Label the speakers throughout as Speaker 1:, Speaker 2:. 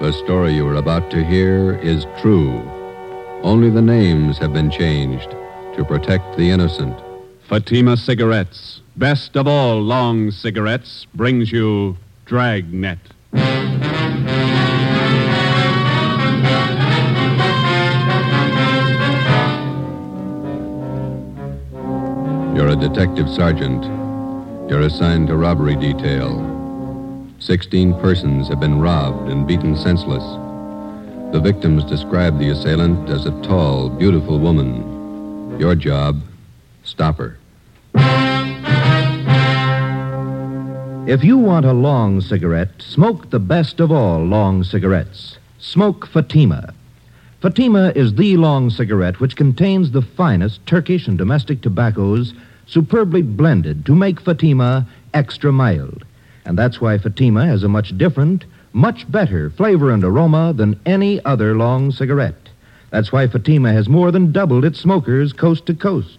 Speaker 1: The story you are about to hear is true. Only the names have been changed to protect the innocent.
Speaker 2: Fatima Cigarettes, best of all long cigarettes, brings you Dragnet.
Speaker 1: You're a detective sergeant. You're assigned to robbery detail. Sixteen persons have been robbed and beaten senseless. The victims describe the assailant as a tall, beautiful woman. Your job, stop her.
Speaker 3: If you want a long cigarette, smoke the best of all long cigarettes. Smoke Fatima. Fatima is the long cigarette which contains the finest Turkish and domestic tobaccos superbly blended to make Fatima extra mild. And that's why Fatima has a much different, much better flavor and aroma than any other long cigarette. That's why Fatima has more than doubled its smokers coast to coast.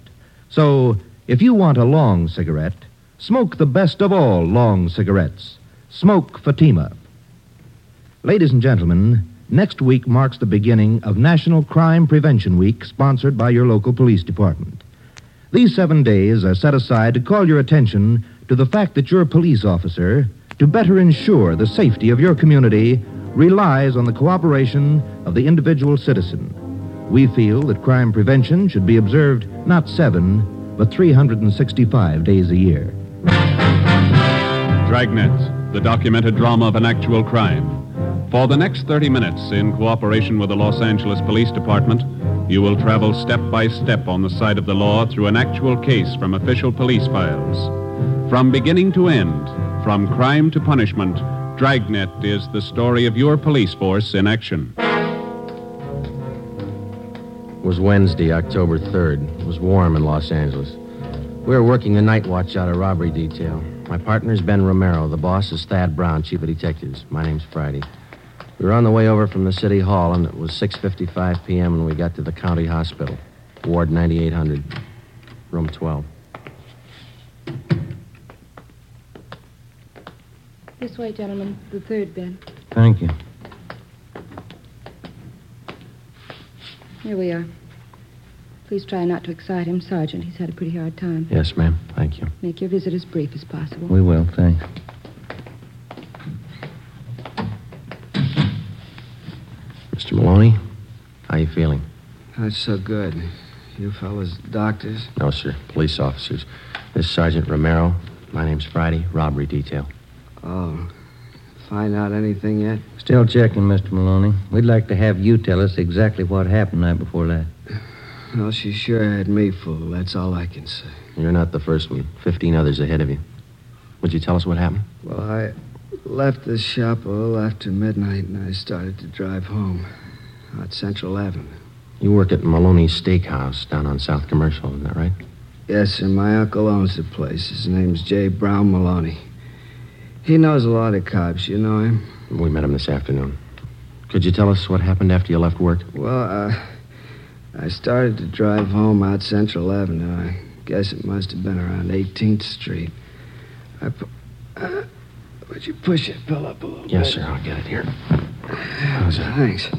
Speaker 3: So, if you want a long cigarette, Smoke the best of all long cigarettes. Smoke Fatima. Ladies and gentlemen, next week marks the beginning of National Crime Prevention Week, sponsored by your local police department. These seven days are set aside to call your attention to the fact that your police officer, to better ensure the safety of your community, relies on the cooperation of the individual citizen. We feel that crime prevention should be observed not seven, but 365 days a year.
Speaker 2: Dragnet, the documented drama of an actual crime. For the next 30 minutes, in cooperation with the Los Angeles Police Department, you will travel step by step on the side of the law through an actual case from official police files. From beginning to end, from crime to punishment, Dragnet is the story of your police force in action.
Speaker 4: It was Wednesday, October 3rd. It was warm in Los Angeles. We were working the night watch out of robbery detail. My partner's Ben Romero. The boss is Thad Brown, chief of detectives. My name's Friday. We were on the way over from the city hall, and it was 6.55 p.m. when we got to the county hospital, Ward 9800, room 12.
Speaker 5: This way, gentlemen. The third bed.
Speaker 6: Thank you.
Speaker 5: Here we are. Please try not to excite him, Sergeant. He's had a pretty hard time.
Speaker 4: Yes, ma'am. Thank you.
Speaker 5: Make your visit as brief as possible.
Speaker 6: We will, thanks.
Speaker 4: Mr. Maloney, how you feeling?
Speaker 7: Not so good. You fellas doctors?
Speaker 4: No, sir. Police officers. This is Sergeant Romero. My name's Friday. Robbery detail.
Speaker 7: Oh. Find out anything yet?
Speaker 6: Still checking, Mr. Maloney. We'd like to have you tell us exactly what happened night before last.
Speaker 7: Well, she sure had me fooled. That's all I can say.
Speaker 4: You're not the first one. Fifteen others ahead of you. Would you tell us what happened?
Speaker 7: Well, I left the shop a little after midnight and I started to drive home. Out Central Avenue.
Speaker 4: You work at Maloney's Steakhouse down on South Commercial, isn't that right?
Speaker 7: Yes, sir. My uncle owns the place. His name's J. Brown Maloney. He knows a lot of cops. You know him?
Speaker 4: We met him this afternoon. Could you tell us what happened after you left work?
Speaker 7: Well, uh, I started to drive home out Central Avenue. I guess it must have been around 18th Street. I. Pu- uh, would you push it, Bill, up a little
Speaker 4: Yes,
Speaker 7: bit?
Speaker 4: sir. I'll get it here.
Speaker 7: How's it? Thanks.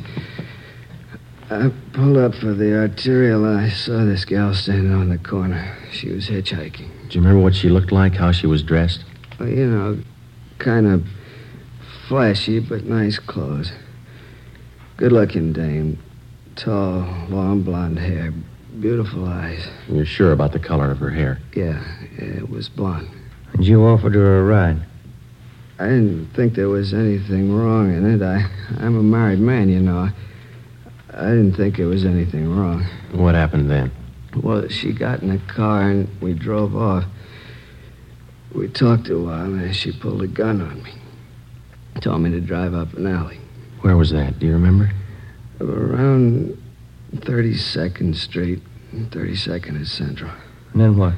Speaker 7: I pulled up for the arterial. and I saw this gal standing on the corner. She was hitchhiking.
Speaker 4: Do you remember what she looked like? How she was dressed?
Speaker 7: Well, you know, kind of flashy, but nice clothes. Good looking dame. Tall, long blonde hair, beautiful eyes.
Speaker 4: You're sure about the color of her hair?
Speaker 7: Yeah, it was blonde.
Speaker 6: And you offered her a ride.
Speaker 7: I didn't think there was anything wrong in it. I, I'm a married man, you know. I didn't think there was anything wrong.
Speaker 4: What happened then?
Speaker 7: Well, she got in the car and we drove off. We talked a while and she pulled a gun on me. Told me to drive up an alley.
Speaker 4: Where was that? Do you remember?
Speaker 7: Around 32nd Street, 32nd is Central.
Speaker 6: And then what?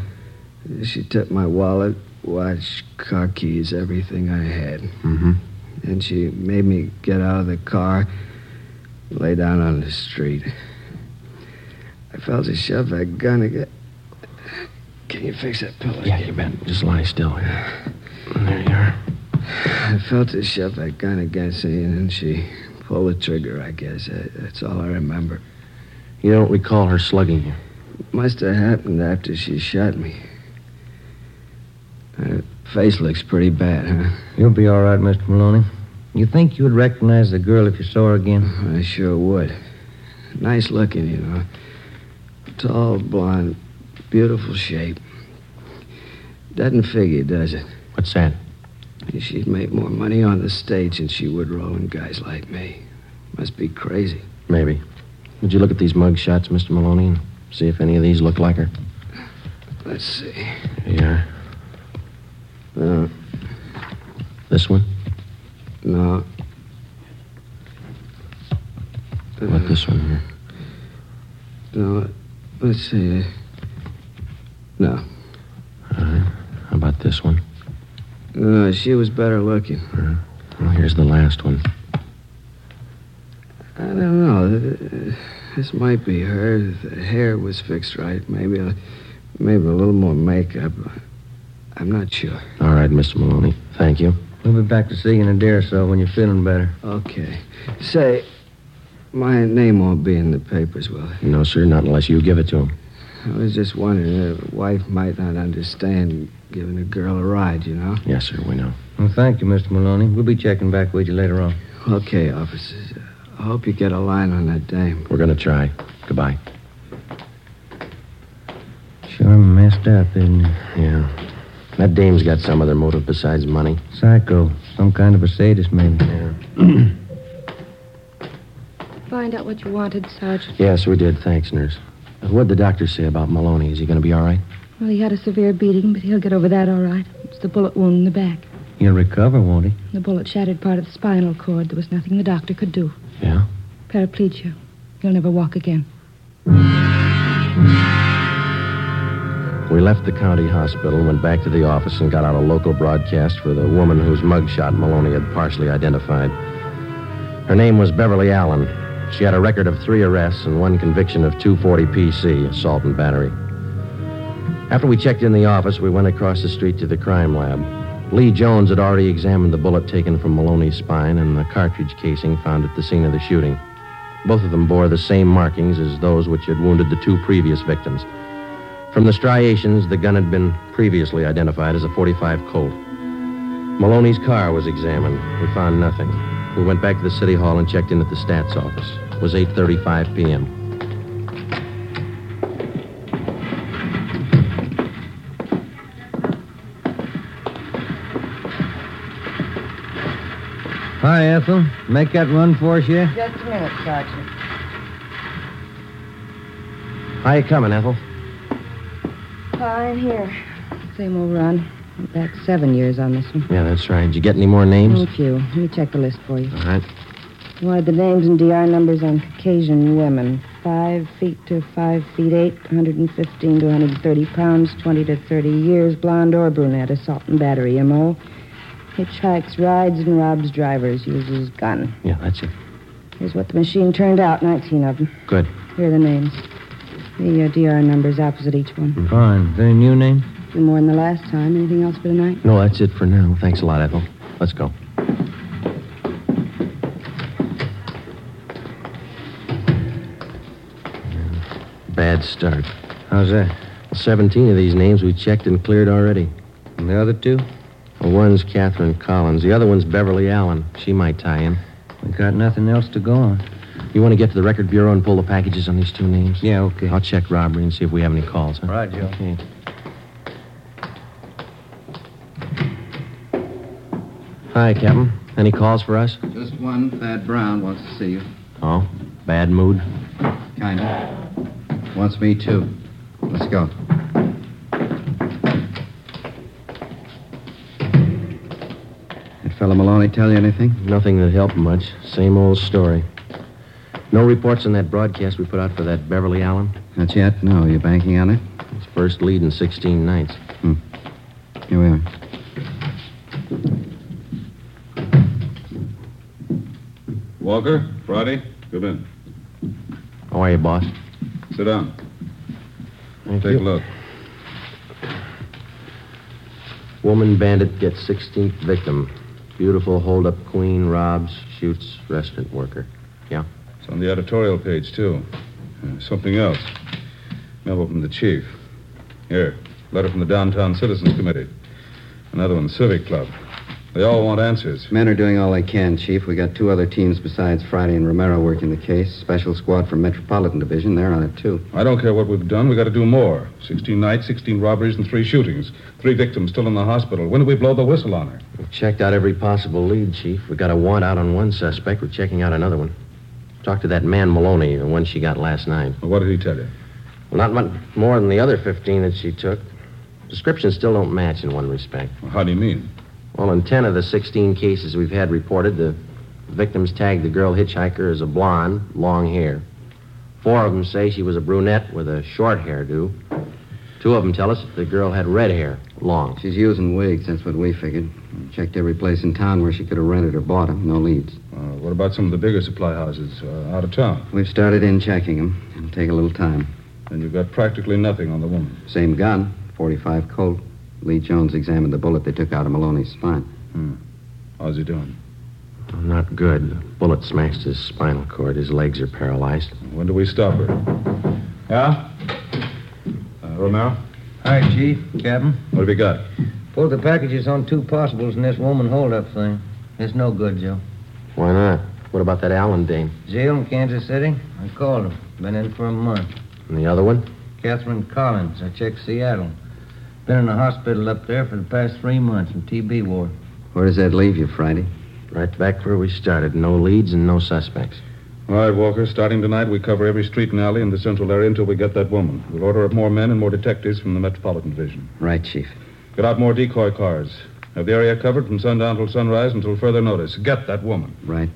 Speaker 7: She took my wallet, watch, car keys, everything I had.
Speaker 4: Mm-hmm.
Speaker 7: And she made me get out of the car, lay down on the street. I felt a shove a gun again. Can you fix that pillow?
Speaker 4: Yeah, you bet. Just lie still here. There you are.
Speaker 7: I felt her shove that gun against me, and then she Pull the trigger, I guess. Uh, That's all I remember.
Speaker 4: You don't recall her slugging you.
Speaker 7: Must have happened after she shot me. Her Uh, face looks pretty bad, huh?
Speaker 6: You'll be all right, Mr. Maloney. You think you'd recognize the girl if you saw her again?
Speaker 7: I sure would. Nice looking, you know. Tall, blonde, beautiful shape. Doesn't figure, does it?
Speaker 4: What's that?
Speaker 7: She'd make more money on the stage than she would rolling guys like me. Must be crazy.
Speaker 4: Maybe. Would you look at these mug shots, Mr. Maloney, and see if any of these look like her?
Speaker 7: Let's see.
Speaker 4: Yeah.
Speaker 7: Uh,
Speaker 4: This one?
Speaker 7: no.
Speaker 4: How about this one here?
Speaker 7: No. Let's see. No.
Speaker 4: All right. How about this one?
Speaker 7: No, Uh, she was better looking.
Speaker 4: Well, here's the last one.
Speaker 7: I don't know. Uh, This might be her. The hair was fixed right. Maybe a, maybe a little more makeup. I'm not sure.
Speaker 4: All right, Mr. Maloney. Thank you.
Speaker 6: We'll be back to see you in a day or so when you're feeling better.
Speaker 7: Okay. Say, my name won't be in the papers, will it?
Speaker 4: No, sir, not unless you give it to him.
Speaker 7: I was just wondering. A wife might not understand giving a girl a ride, you know?
Speaker 4: Yes, sir, we know.
Speaker 6: Well, thank you, Mr. Maloney. We'll be checking back with you later on.
Speaker 7: Okay, officers. I hope you get a line on that dame.
Speaker 4: We're going to try. Goodbye.
Speaker 6: Sure messed up, isn't he?
Speaker 4: Yeah. That dame's got some other motive besides money.
Speaker 6: Psycho. Some kind of a sadist, maybe.
Speaker 5: Find out what you wanted, Sergeant.
Speaker 4: Yes, we did. Thanks, nurse. Uh, What'd the doctor say about Maloney? Is he going to be all right?
Speaker 5: Well, he had a severe beating, but he'll get over that all right. It's the bullet wound in the back.
Speaker 6: He'll recover, won't he?
Speaker 5: The bullet shattered part of the spinal cord. There was nothing the doctor could do.
Speaker 4: Yeah?
Speaker 5: Paraplegia. He'll never walk again.
Speaker 4: We left the county hospital, went back to the office, and got out a local broadcast for the woman whose mugshot Maloney had partially identified. Her name was Beverly Allen. She had a record of three arrests and one conviction of 240 PC, assault and battery. After we checked in the office, we went across the street to the crime lab. Lee Jones had already examined the bullet taken from Maloney's spine and the cartridge casing found at the scene of the shooting. Both of them bore the same markings as those which had wounded the two previous victims. From the striations, the gun had been previously identified as a 45 Colt. Maloney's car was examined. We found nothing. We went back to the city hall and checked in at the stats office. It was 8:35 p.m.
Speaker 6: Hi, Ethel. Make that run for us yet?
Speaker 8: Just a minute, Sergeant.
Speaker 4: How you coming, Ethel?
Speaker 8: Fine here.
Speaker 5: Same old run. Back seven years on this one.
Speaker 4: Yeah, that's right. Did you get any more names?
Speaker 5: Oh, a few. Let me check the list for you.
Speaker 4: All right.
Speaker 5: Why, the names and DR numbers on Caucasian women. Five feet to five feet eight, 115 to 130 pounds, 20 to 30 years, blonde or brunette, assault and battery, M.O. Hitchhikes, rides, and robs drivers, uses gun.
Speaker 4: Yeah, that's it.
Speaker 5: Here's what the machine turned out, 19 of them.
Speaker 4: Good.
Speaker 5: Here are the names. The uh, DR numbers opposite each one.
Speaker 6: Fine. Is there any new name?
Speaker 5: No more than the last time. Anything else for tonight?
Speaker 4: No, that's it for now. Thanks a lot, Ethel. Let's go. Bad start.
Speaker 6: How's that?
Speaker 4: 17 of these names we checked and cleared already.
Speaker 6: And the other two?
Speaker 4: Well, one's Catherine Collins. The other one's Beverly Allen. She might tie in.
Speaker 6: We got nothing else to go on.
Speaker 4: You want to get to the record bureau and pull the packages on these two names?
Speaker 6: Yeah, okay.
Speaker 4: I'll check robbery and see if we have any calls, huh?
Speaker 6: Right, Joe.
Speaker 4: Okay. Hi, Captain. Any calls for us?
Speaker 9: Just one, Thad Brown wants to see you.
Speaker 4: Oh, bad mood.
Speaker 9: Kinda. Wants me too. Let's go. That fellow Maloney tell you anything?
Speaker 4: Nothing that helped much. Same old story. No reports on that broadcast we put out for that Beverly Allen.
Speaker 9: Not yet? No. You banking on it? Hmm.
Speaker 4: It's first lead in 16 nights.
Speaker 9: Here we are.
Speaker 2: Walker, Friday, come in.
Speaker 4: How are you, boss?
Speaker 2: Sit down.
Speaker 4: Thank
Speaker 2: Take a look.
Speaker 4: Woman bandit gets 16th victim. Beautiful holdup queen robs, shoots restaurant worker. Yeah?
Speaker 8: It's on the editorial page, too. Uh, something else. Memo from the chief. Here, letter from the Downtown Citizens Committee. Another one, Civic Club. They all want answers.
Speaker 9: Men are doing all they can, Chief. We got two other teams besides Friday and Romero working the case. Special squad from Metropolitan Division, they're on it, too.
Speaker 8: I don't care what we've done. We got to do more. 16 nights, 16 robberies, and three shootings. Three victims still in the hospital. When do we blow the whistle on her?
Speaker 4: We've checked out every possible lead, Chief. We got a warrant out on one suspect. We're checking out another one. Talked to that man Maloney, the one she got last night.
Speaker 8: Well, what did he tell you?
Speaker 4: Well, not much more than the other 15 that she took. Descriptions still don't match in one respect.
Speaker 8: Well, how do you mean?
Speaker 4: Well, in 10 of the 16 cases we've had reported, the victims tagged the girl hitchhiker as a blonde, long hair. Four of them say she was a brunette with a short hairdo. Two of them tell us that the girl had red hair, long.
Speaker 9: She's using wigs, that's what we figured. Checked every place in town where she could have rented or bought 'em. No leads.
Speaker 8: Uh, what about some of the bigger supply houses uh, out of town?
Speaker 9: We've started in checking 'em. It'll take a little time.
Speaker 8: And you've got practically nothing on the woman.
Speaker 9: Same gun, 45 Colt. Lee Jones examined the bullet they took out of Maloney's spine.
Speaker 8: Hmm. How's he doing?
Speaker 4: Not good. The bullet smashed his spinal cord. His legs are paralyzed.
Speaker 8: When do we stop her? Yeah? Uh, Romero?
Speaker 6: Hi, Chief. Captain.
Speaker 8: What have you got?
Speaker 6: Pulled the packages on two possibles in this woman holdup thing. It's no good, Joe.
Speaker 4: Why not? What about that Allen dame?
Speaker 6: Jail in Kansas City? I called him. Been in for a month.
Speaker 4: And the other one?
Speaker 6: Catherine Collins. I checked Seattle. Been in the hospital up there for the past three months in TB ward.
Speaker 9: Where does that leave you, Friday?
Speaker 4: Right back where we started. No leads and no suspects.
Speaker 8: All right, Walker. Starting tonight, we cover every street and alley in the central area until we get that woman. We'll order up more men and more detectives from the Metropolitan Division.
Speaker 9: Right, Chief.
Speaker 8: Get out more decoy cars. Have the area covered from sundown till sunrise until further notice. Get that woman.
Speaker 9: Right.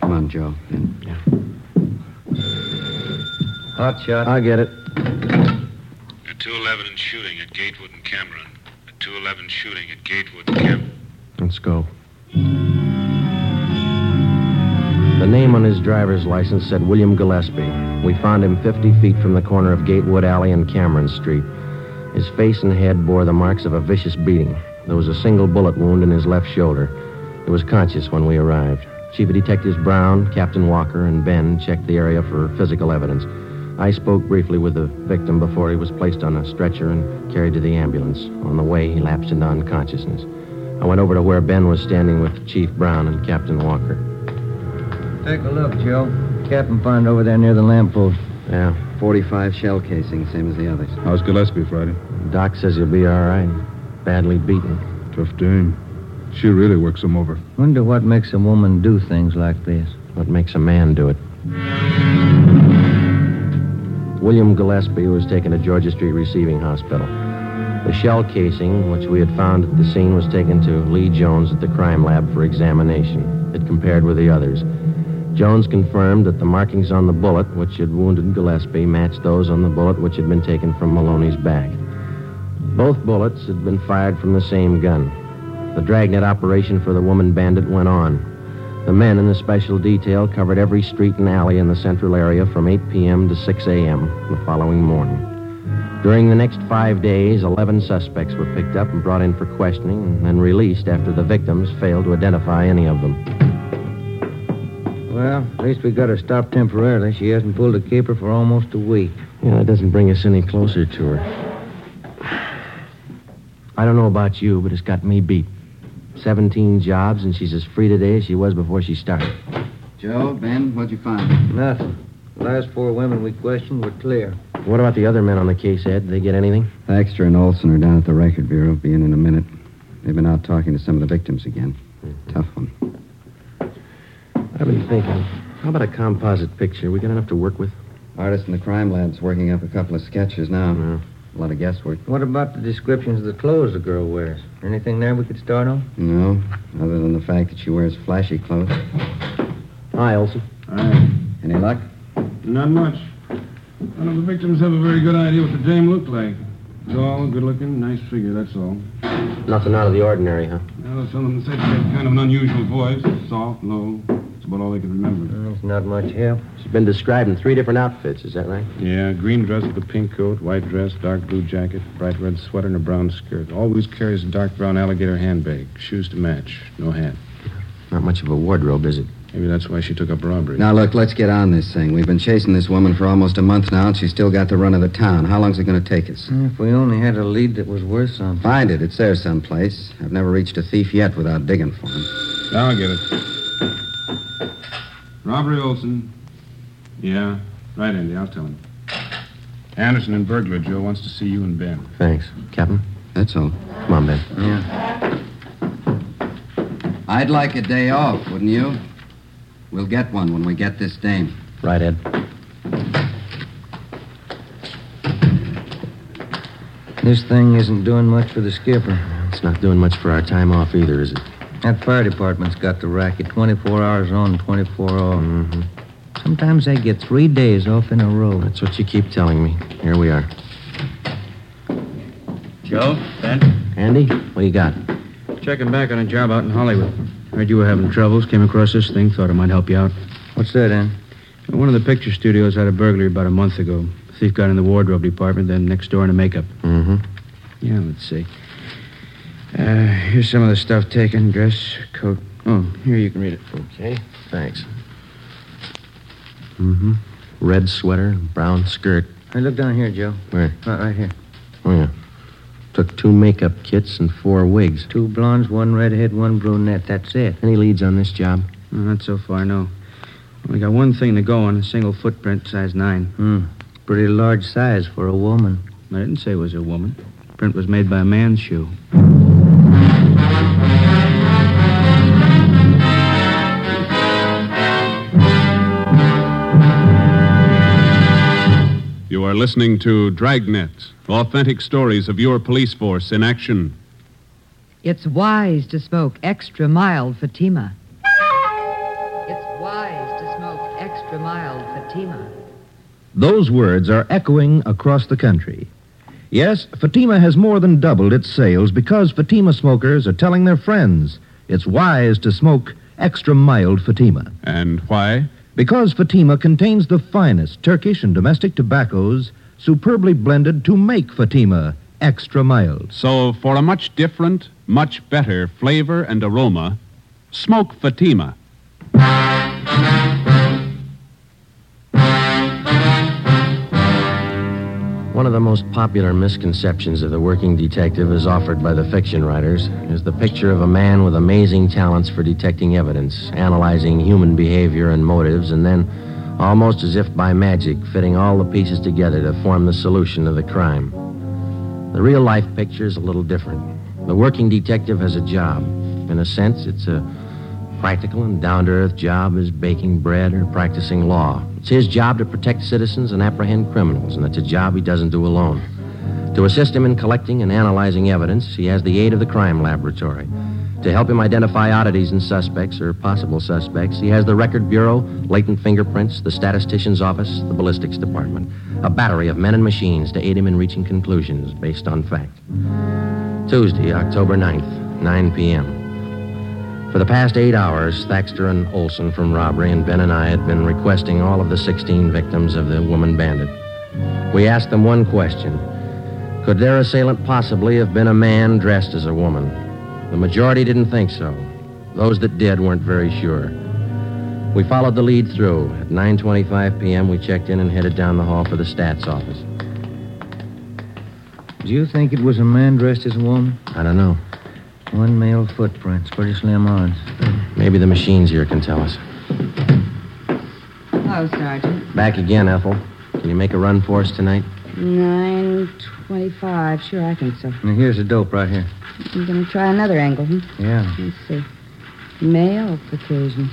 Speaker 9: Come on, Joe. In.
Speaker 6: Hot shot.
Speaker 4: I get it.
Speaker 10: A 211 shooting at Gatewood and Cameron. A 211 shooting at Gatewood and Cameron.
Speaker 4: Let's go. The name on his driver's license said William Gillespie. We found him 50 feet from the corner of Gatewood Alley and Cameron Street. His face and head bore the marks of a vicious beating. There was a single bullet wound in his left shoulder. He was conscious when we arrived. Chief of Detectives Brown, Captain Walker, and Ben checked the area for physical evidence. I spoke briefly with the victim before he was placed on a stretcher and carried to the ambulance. On the way, he lapsed into unconsciousness. I went over to where Ben was standing with Chief Brown and Captain Walker.
Speaker 6: Take a look, Joe. Captain found over there near the lamppost.
Speaker 4: Yeah.
Speaker 9: 45 shell casing, same as the others.
Speaker 8: How's Gillespie, Friday?
Speaker 4: Doc says he'll be all right. Badly beaten.
Speaker 8: Tough dame. She really works him over.
Speaker 6: Wonder what makes a woman do things like this.
Speaker 4: What makes a man do it? William Gillespie was taken to Georgia Street Receiving Hospital. The shell casing, which we had found at the scene, was taken to Lee Jones at the crime lab for examination. It compared with the others. Jones confirmed that the markings on the bullet which had wounded Gillespie matched those on the bullet which had been taken from Maloney's back. Both bullets had been fired from the same gun. The dragnet operation for the woman bandit went on. The men in the special detail covered every street and alley in the central area from 8 p.m. to 6 a.m. the following morning. During the next five days, 11 suspects were picked up and brought in for questioning and then released after the victims failed to identify any of them.
Speaker 6: Well, at least we got her stopped temporarily. She hasn't pulled a caper for almost a week.
Speaker 4: Yeah, that doesn't bring us any closer to her. I don't know about you, but it's got me beat. 17 jobs, and she's as free today as she was before she started.
Speaker 9: Joe, Ben, what'd you find?
Speaker 6: Nothing. The last four women we questioned were clear.
Speaker 4: What about the other men on the case, Ed? Did they get anything?
Speaker 9: Baxter and Olson are down at the Record Bureau. Be in in a minute. They've been out talking to some of the victims again.
Speaker 4: Mm-hmm.
Speaker 9: Tough one.
Speaker 4: I've been thinking. How about a composite picture? We got enough to work with?
Speaker 9: Artist in the crime lab's working up a couple of sketches now. A lot of guesswork.
Speaker 6: What about the descriptions of the clothes the girl wears? Anything there we could start on?
Speaker 9: No, other than the fact that she wears flashy clothes.
Speaker 4: Hi, Olson.
Speaker 9: Any luck?
Speaker 11: Not much. None of the victims have a very good idea what the dame looked like. Tall, good looking, nice figure, that's all.
Speaker 4: Nothing out of the ordinary, huh?
Speaker 11: Now, some of them said she had kind of an unusual voice. Soft, low. It's about all I can remember.
Speaker 4: it's not much help. She's been described in three different outfits, is that right?
Speaker 12: Yeah, green dress with a pink coat, white dress, dark blue jacket, bright red sweater, and a brown skirt. Always carries a dark brown alligator handbag. Shoes to match. No hat.
Speaker 4: Not much of a wardrobe, is it?
Speaker 12: Maybe that's why she took up robbery.
Speaker 9: Now, look, let's get on this thing. We've been chasing this woman for almost a month now, and she's still got the run of the town. How long's it going to take us?
Speaker 6: Eh, If we only had a lead that was worth something.
Speaker 9: Find it. It's there someplace. I've never reached a thief yet without digging for him.
Speaker 11: Now I get it. Robbery Olson. Yeah, right, Andy. I'll tell him.
Speaker 12: Anderson and burglar Joe wants to see you and Ben.
Speaker 4: Thanks. Captain?
Speaker 9: That's all.
Speaker 4: Come on, Ben.
Speaker 9: Yeah. I'd like a day off, wouldn't you? We'll get one when we get this dame.
Speaker 4: Right, Ed.
Speaker 6: This thing isn't doing much for the skipper.
Speaker 4: It's not doing much for our time off either, is it?
Speaker 6: That fire department's got the racket 24 hours on, 24 off.
Speaker 4: Mm-hmm.
Speaker 6: Sometimes they get three days off in a row.
Speaker 4: That's what you keep telling me. Here we are.
Speaker 13: Joe, Ben,
Speaker 4: Andy, what do you got?
Speaker 13: checking back on a job out in Hollywood. Heard you were having troubles. Came across this thing. Thought I might help you out.
Speaker 6: What's that, Ann?
Speaker 13: One of the picture studios had a burglary about a month ago. Thief got in the wardrobe department, then next door in the makeup.
Speaker 4: Mm-hmm.
Speaker 13: Yeah, let's see. Uh, here's some of the stuff taken: dress, coat. Oh, here you can read it.
Speaker 4: Okay, thanks. Mm-hmm. Red sweater, brown skirt.
Speaker 6: Hey, look down here, Joe.
Speaker 4: Where?
Speaker 6: Right, right here.
Speaker 4: Oh, yeah. Took two makeup kits and four wigs.
Speaker 6: Two blondes, one redhead, one brunette. That's it.
Speaker 4: Any leads on this job?
Speaker 13: No, not so far, no. We got one thing to go on: a single footprint, size nine.
Speaker 6: Hmm. Pretty large size for a woman.
Speaker 13: I didn't say it was a woman. Print was made by a man's shoe.
Speaker 2: You are listening to Dragnet, authentic stories of your police force in action.
Speaker 14: It's wise to smoke extra mild Fatima. It's wise to smoke extra mild Fatima.
Speaker 3: Those words are echoing across the country. Yes, Fatima has more than doubled its sales because Fatima smokers are telling their friends it's wise to smoke extra mild Fatima.
Speaker 2: And why?
Speaker 3: Because Fatima contains the finest Turkish and domestic tobaccos superbly blended to make Fatima extra mild.
Speaker 2: So, for a much different, much better flavor and aroma, smoke Fatima.
Speaker 4: One of the most popular misconceptions of the working detective, as offered by the fiction writers, is the picture of a man with amazing talents for detecting evidence, analyzing human behavior and motives, and then, almost as if by magic, fitting all the pieces together to form the solution of the crime. The real life picture is a little different. The working detective has a job. In a sense, it's a practical and down to earth job is baking bread or practicing law. It's his job to protect citizens and apprehend criminals, and it's a job he doesn't do alone. To assist him in collecting and analyzing evidence, he has the aid of the crime laboratory. To help him identify oddities in suspects or possible suspects, he has the Record Bureau, latent fingerprints, the statistician's office, the ballistics department, a battery of men and machines to aid him in reaching conclusions based on fact. Tuesday, October 9th, 9 p.m. For the past eight hours, Thaxter and Olson from robbery and Ben and I had been requesting all of the 16 victims of the woman bandit. We asked them one question Could their assailant possibly have been a man dressed as a woman? The majority didn't think so. Those that did weren't very sure. We followed the lead through. At 9:25 p.m., we checked in and headed down the hall for the stats office.
Speaker 6: Do you think it was a man dressed as a woman?
Speaker 4: I don't know.
Speaker 6: One male footprint. It's pretty slim odds.
Speaker 4: Maybe the machines here can tell us.
Speaker 5: Hello, Sergeant.
Speaker 4: Back again, Ethel. Can you make a run for us tonight?
Speaker 5: 925. Sure, I think so.
Speaker 6: Now, here's the dope right here.
Speaker 5: I'm going to try another angle, hmm?
Speaker 6: Yeah.
Speaker 5: Let's see. Male Caucasians.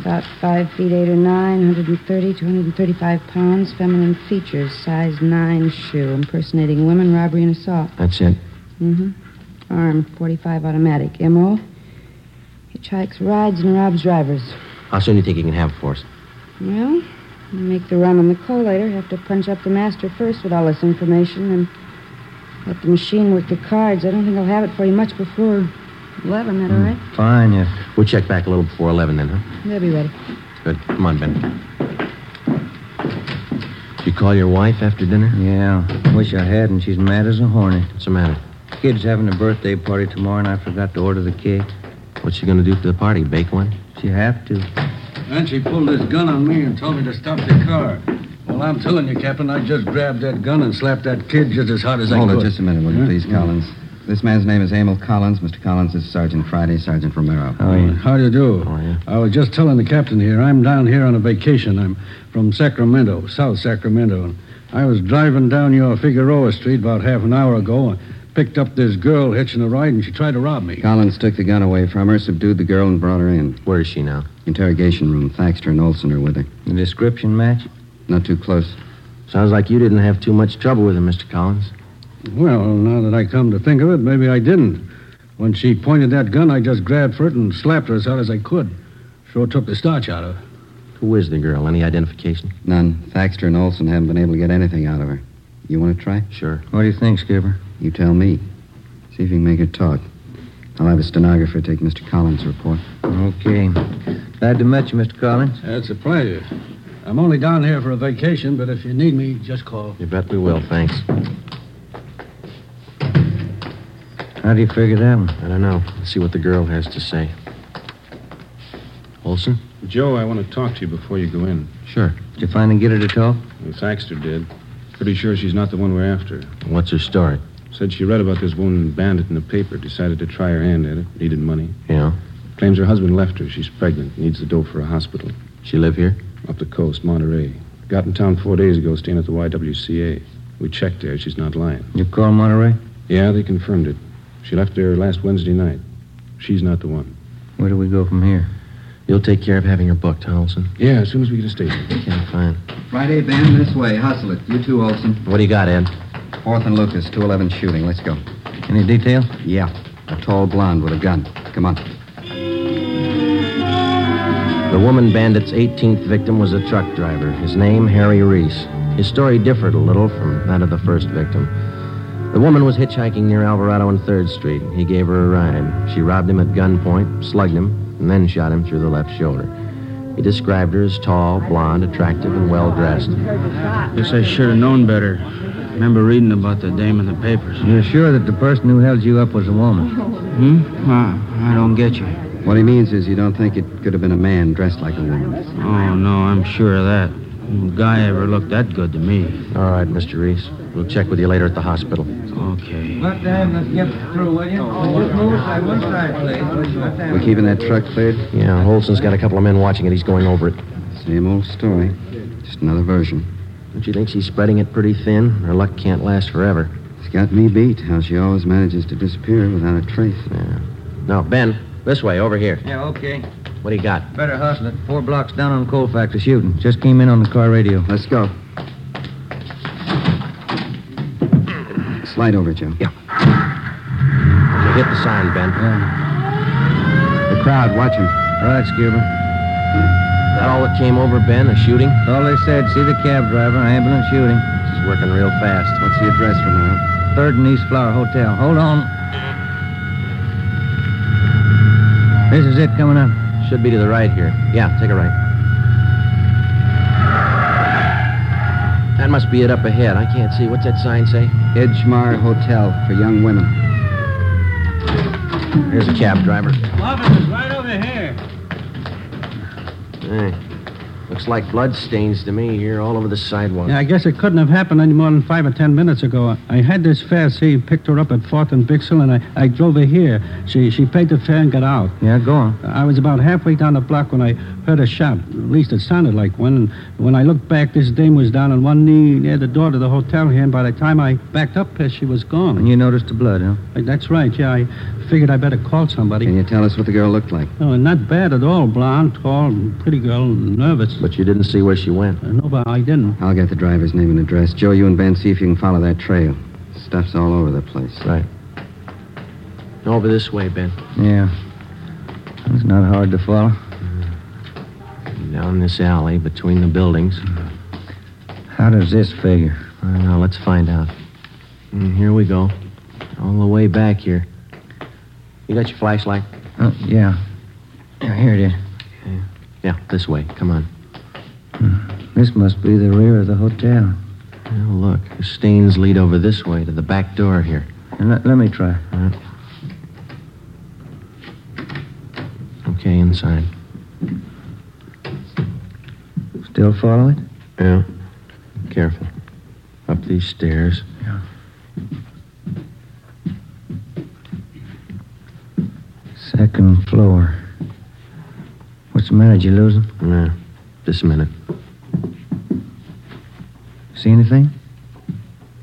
Speaker 5: About 5 feet 8 or 9, 130 to 135 pounds. Feminine features. Size 9 shoe. Impersonating women, robbery, and assault.
Speaker 4: That's it.
Speaker 5: Mm-hmm. Arm, 45 automatic. M.O. Hitchhikes rides and robs drivers.
Speaker 4: How soon do you think you can have it for us?
Speaker 5: Well, you make the run on the collator. Have to punch up the master first with all this information and let the machine work the cards. I don't think I'll have it for you much before Eleven, that all right?
Speaker 4: Fine, yeah. We'll check back a little before 11 then, huh?
Speaker 5: They'll be ready.
Speaker 4: Good. Come on, Ben. You call your wife after dinner?
Speaker 6: Yeah. Wish I hadn't. She's mad as a hornet.
Speaker 4: What's the matter?
Speaker 6: Kid's having a birthday party tomorrow, and I forgot to order the cake.
Speaker 4: What's she gonna do for the party? Bake one?
Speaker 6: She have to.
Speaker 11: Then she pulled this gun on me and told me to stop the car. Well, I'm telling you, Captain, I just grabbed that gun and slapped that kid just as hard as I
Speaker 9: Hold
Speaker 11: could.
Speaker 9: it just a minute, will you, please, Collins? This man's name is Emil Collins. Mr. Collins is Sergeant Friday, Sergeant Romero.
Speaker 11: Oh, yeah. How do you do? I was just telling the captain here, I'm down here on a vacation. I'm from Sacramento, South Sacramento. I was driving down your Figueroa Street about half an hour ago and picked up this girl hitching a ride, and she tried to rob me.
Speaker 9: Collins took the gun away from her, subdued the girl, and brought her in.
Speaker 4: Where is she now?
Speaker 9: Interrogation room. Thaxter and Olson are with her.
Speaker 6: The description match?
Speaker 9: Not too close.
Speaker 4: Sounds like you didn't have too much trouble with her, Mr. Collins.
Speaker 11: Well, now that I come to think of it, maybe I didn't. When she pointed that gun, I just grabbed for it and slapped her as hard as I could. Sure took the starch out of her.
Speaker 4: Who is the girl? Any identification?
Speaker 9: None. Thaxter and Olson haven't been able to get anything out of her. You want to try?
Speaker 4: Sure.
Speaker 9: What do you think, Skipper? You tell me. See if you can make her talk. I'll have a stenographer take Mr. Collins' report.
Speaker 6: Okay. Glad to meet you, Mr. Collins.
Speaker 11: That's a pleasure. I'm only down here for a vacation, but if you need me, just call.
Speaker 4: You bet we will, thanks.
Speaker 6: How do you figure that one?
Speaker 4: I don't know. Let's see what the girl has to say. Olson?
Speaker 12: Joe, I want to talk to you before you go in.
Speaker 4: Sure.
Speaker 6: Did you finally get her to talk?
Speaker 12: Well, Thaxter did. Pretty sure she's not the one we're after.
Speaker 4: What's her story?
Speaker 12: Said she read about this woman bandit in the paper, decided to try her hand at it, needed money.
Speaker 4: Yeah.
Speaker 12: Claims her husband left her. She's pregnant, needs the dough for a hospital.
Speaker 4: She live here?
Speaker 12: Up the coast, Monterey. Got in town four days ago, staying at the YWCA. We checked there. She's not lying.
Speaker 6: You call Monterey?
Speaker 12: Yeah, they confirmed it. She left there last Wednesday night. She's not the one.
Speaker 6: Where do we go from here?
Speaker 4: You'll take care of having her booked, huh, Olson?
Speaker 12: Yeah, as soon as we get a station.
Speaker 4: Yeah, fine.
Speaker 9: Friday, Ben, this way. Hustle it. You too, Olson.
Speaker 4: What do you got, Ed?
Speaker 9: Fourth and Lucas, 211 shooting. Let's go.
Speaker 6: Any detail?
Speaker 9: Yeah. A tall blonde with a gun. Come on.
Speaker 4: The woman bandit's 18th victim was a truck driver. His name, Harry Reese. His story differed a little from that of the first victim. The woman was hitchhiking near Alvarado and 3rd Street. He gave her a ride. She robbed him at gunpoint, slugged him, and then shot him through the left shoulder. He described her as tall, blonde, attractive, and well dressed.
Speaker 13: Guess I should have known better. Remember reading about the dame in the papers.
Speaker 6: You're sure that the person who held you up was a woman?
Speaker 13: Hmm? Ah, I don't get you.
Speaker 9: What he means is you don't think it could have been a man dressed like a woman.
Speaker 13: Oh, no, I'm sure of that. No guy ever looked that good to me.
Speaker 4: All right, Mr. Reese. We'll check with you later at the hospital.
Speaker 13: Okay.
Speaker 6: Let them let's get through, will you? Just Oh, move side, one side, please. Let them-
Speaker 9: We keeping that truck cleared?
Speaker 4: Yeah, Holson's got a couple of men watching it. He's going over it.
Speaker 9: Same old story. Just another version.
Speaker 4: Don't you think she's spreading it pretty thin? Her luck can't last forever.
Speaker 9: It's got me beat how she always manages to disappear without a trace.
Speaker 4: Yeah. No, Ben, this way, over here.
Speaker 6: Yeah, okay.
Speaker 4: What do you got?
Speaker 6: Better hustle it. Four blocks down on Colfax, a shooting. Just came in on the car radio.
Speaker 9: Let's go. Slide over, Joe.
Speaker 4: You hit the sign, Ben.
Speaker 6: Yeah.
Speaker 9: The crowd, watch him.
Speaker 6: Right, Skipper.
Speaker 4: That all that came over, Ben? A shooting?
Speaker 6: That's all they said. See the cab driver, ambulance shooting.
Speaker 4: She's working real fast.
Speaker 9: What's the address for now?
Speaker 6: Third and East Flower Hotel. Hold on.
Speaker 15: Uh,
Speaker 6: This is it coming up.
Speaker 4: Should be to the right here. Yeah, take a right. That must be it up ahead. I can't see. What's that sign say?
Speaker 9: Edgemar Hotel for young women.
Speaker 4: Here's a cab driver.
Speaker 11: Officer's right over here.
Speaker 4: Hey, looks like blood stains to me here all over the sidewalk.
Speaker 11: Yeah, I guess it couldn't have happened any more than five or ten minutes ago. I had this fare saved, picked her up at Fourth and Bixel, and I, I drove her here. She she paid the fare and got out.
Speaker 6: Yeah, go on.
Speaker 11: I was about halfway down the block when I heard a shot. At least it sounded like one. And when I looked back, this dame was down on one knee near the door to the hotel here, and by the time I backed up her, she was gone.
Speaker 6: And you noticed the blood, huh?
Speaker 11: That's right, yeah. I figured I better call
Speaker 9: Can
Speaker 11: somebody.
Speaker 9: you tell us what the girl looked like?
Speaker 11: No, not bad at all. Blonde, tall, pretty girl, nervous.
Speaker 4: But you didn't see where she went.
Speaker 11: Uh, No, but I didn't.
Speaker 9: I'll get the driver's name and address. Joe, you and Ben, see if you can follow that trail. Stuff's all over the place.
Speaker 4: Right. Over this way, Ben.
Speaker 6: Yeah. It's not hard to follow.
Speaker 4: Mm. Down this alley between the buildings. Uh,
Speaker 6: How does this figure?
Speaker 4: I don't know. Let's find out. Mm, here we go. All the way back here. You got your flashlight?
Speaker 13: Oh, yeah. Yeah, here it is.
Speaker 4: Yeah, this way. Come on.
Speaker 13: This must be the rear of the hotel.
Speaker 4: Now look, the stains lead over this way to the back door here.
Speaker 13: Let, let me try.
Speaker 4: Okay, inside.
Speaker 13: Still follow it?
Speaker 4: Yeah. Careful. Up these stairs.
Speaker 13: Second floor. What's the matter? Did you lose them?
Speaker 4: Yeah. Just a minute.
Speaker 13: See anything?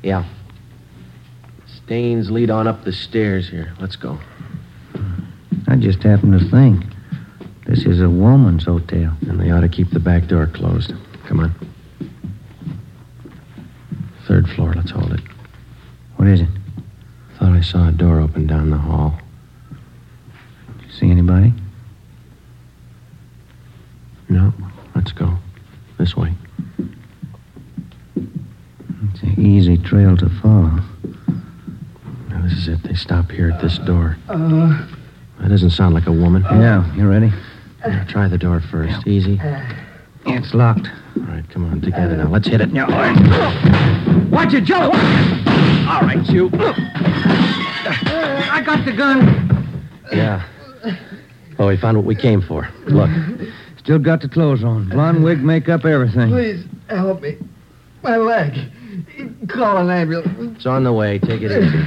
Speaker 4: Yeah. Stains lead on up the stairs here. Let's go.
Speaker 13: I just happened to think. This is a woman's hotel.
Speaker 4: And they ought to keep the back door closed. Come on. Third floor, let's hold it.
Speaker 13: What is it?
Speaker 4: Thought I saw a door open down the hall.
Speaker 13: See anybody?
Speaker 4: No, let's go. This way.
Speaker 13: It's an easy trail to follow.
Speaker 4: Now, this is it. They stop here at this door.
Speaker 7: Uh,
Speaker 4: That doesn't sound like a woman.
Speaker 13: Yeah, you ready?
Speaker 4: Now, try the door first. Easy.
Speaker 13: It's locked.
Speaker 4: All right, come on, together now. Let's hit it.
Speaker 13: Now, Watch it, Joe! All right, you. I got the gun.
Speaker 4: Yeah. Oh, we found what we came for. Look.
Speaker 13: Still got the clothes on. Blonde wig, makeup, everything.
Speaker 15: Please help me. My leg. Call an ambulance.
Speaker 4: It's on the way. Take it easy.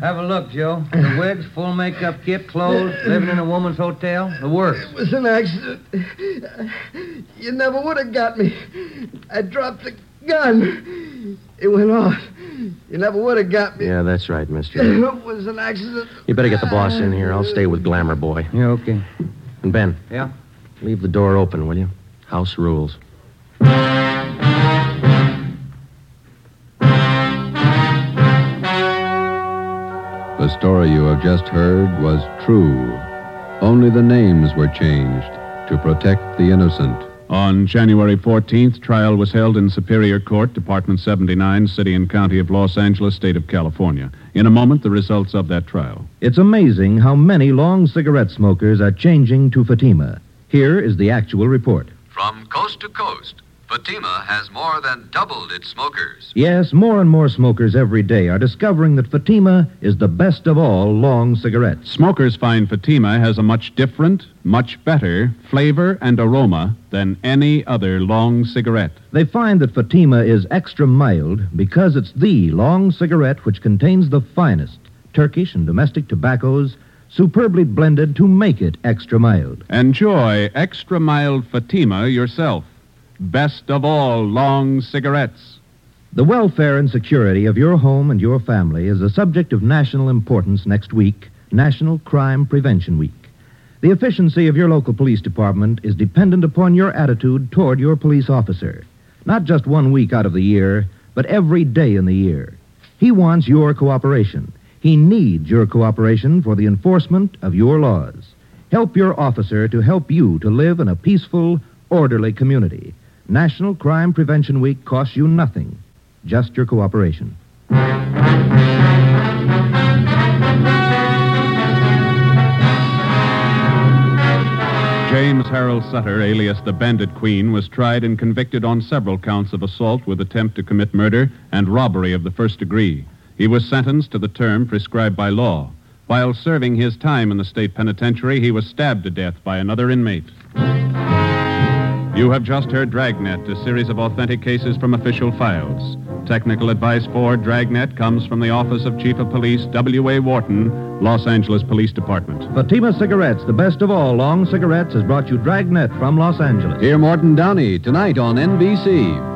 Speaker 6: Have a look, Joe. The wigs, full makeup kit, clothes, living in a woman's hotel, the works.
Speaker 15: It was an accident. You never would have got me. I dropped the gun. It went off. You never would have got me.
Speaker 4: Yeah, that's right, mister.
Speaker 15: It was an accident.
Speaker 4: You better get the boss in here. I'll stay with Glamour Boy.
Speaker 13: Yeah, okay.
Speaker 4: And Ben.
Speaker 6: Yeah?
Speaker 4: Leave the door open, will you? House rules.
Speaker 1: The story you have just heard was true. Only the names were changed to protect the innocent.
Speaker 2: On January 14th, trial was held in Superior Court, Department 79, City and County of Los Angeles, State of California. In a moment, the results of that trial.
Speaker 3: It's amazing how many long cigarette smokers are changing to Fatima. Here is the actual report.
Speaker 16: From coast to coast, Fatima has more than doubled its smokers.
Speaker 3: Yes, more and more smokers every day are discovering that Fatima is the best of all long cigarettes.
Speaker 2: Smokers find Fatima has a much different, much better flavor and aroma than any other long cigarette.
Speaker 3: They find that Fatima is extra mild because it's the long cigarette which contains the finest Turkish and domestic tobaccos superbly blended to make it extra mild.
Speaker 2: Enjoy extra mild Fatima yourself. Best of all, long cigarettes.
Speaker 3: The welfare and security of your home and your family is a subject of national importance next week, National Crime Prevention Week. The efficiency of your local police department is dependent upon your attitude toward your police officer. Not just one week out of the year, but every day in the year. He wants your cooperation. He needs your cooperation for the enforcement of your laws. Help your officer to help you to live in a peaceful, orderly community. National Crime Prevention Week costs you nothing, just your cooperation.
Speaker 2: James Harold Sutter, alias the Bandit Queen, was tried and convicted on several counts of assault with attempt to commit murder and robbery of the first degree. He was sentenced to the term prescribed by law. While serving his time in the state penitentiary, he was stabbed to death by another inmate. You have just heard Dragnet, a series of authentic cases from official files. Technical advice for Dragnet comes from the Office of Chief of Police W.A. Wharton, Los Angeles Police Department.
Speaker 3: Fatima Cigarettes, the best of all long cigarettes, has brought you Dragnet from Los Angeles.
Speaker 1: Hear Morton Downey tonight on NBC.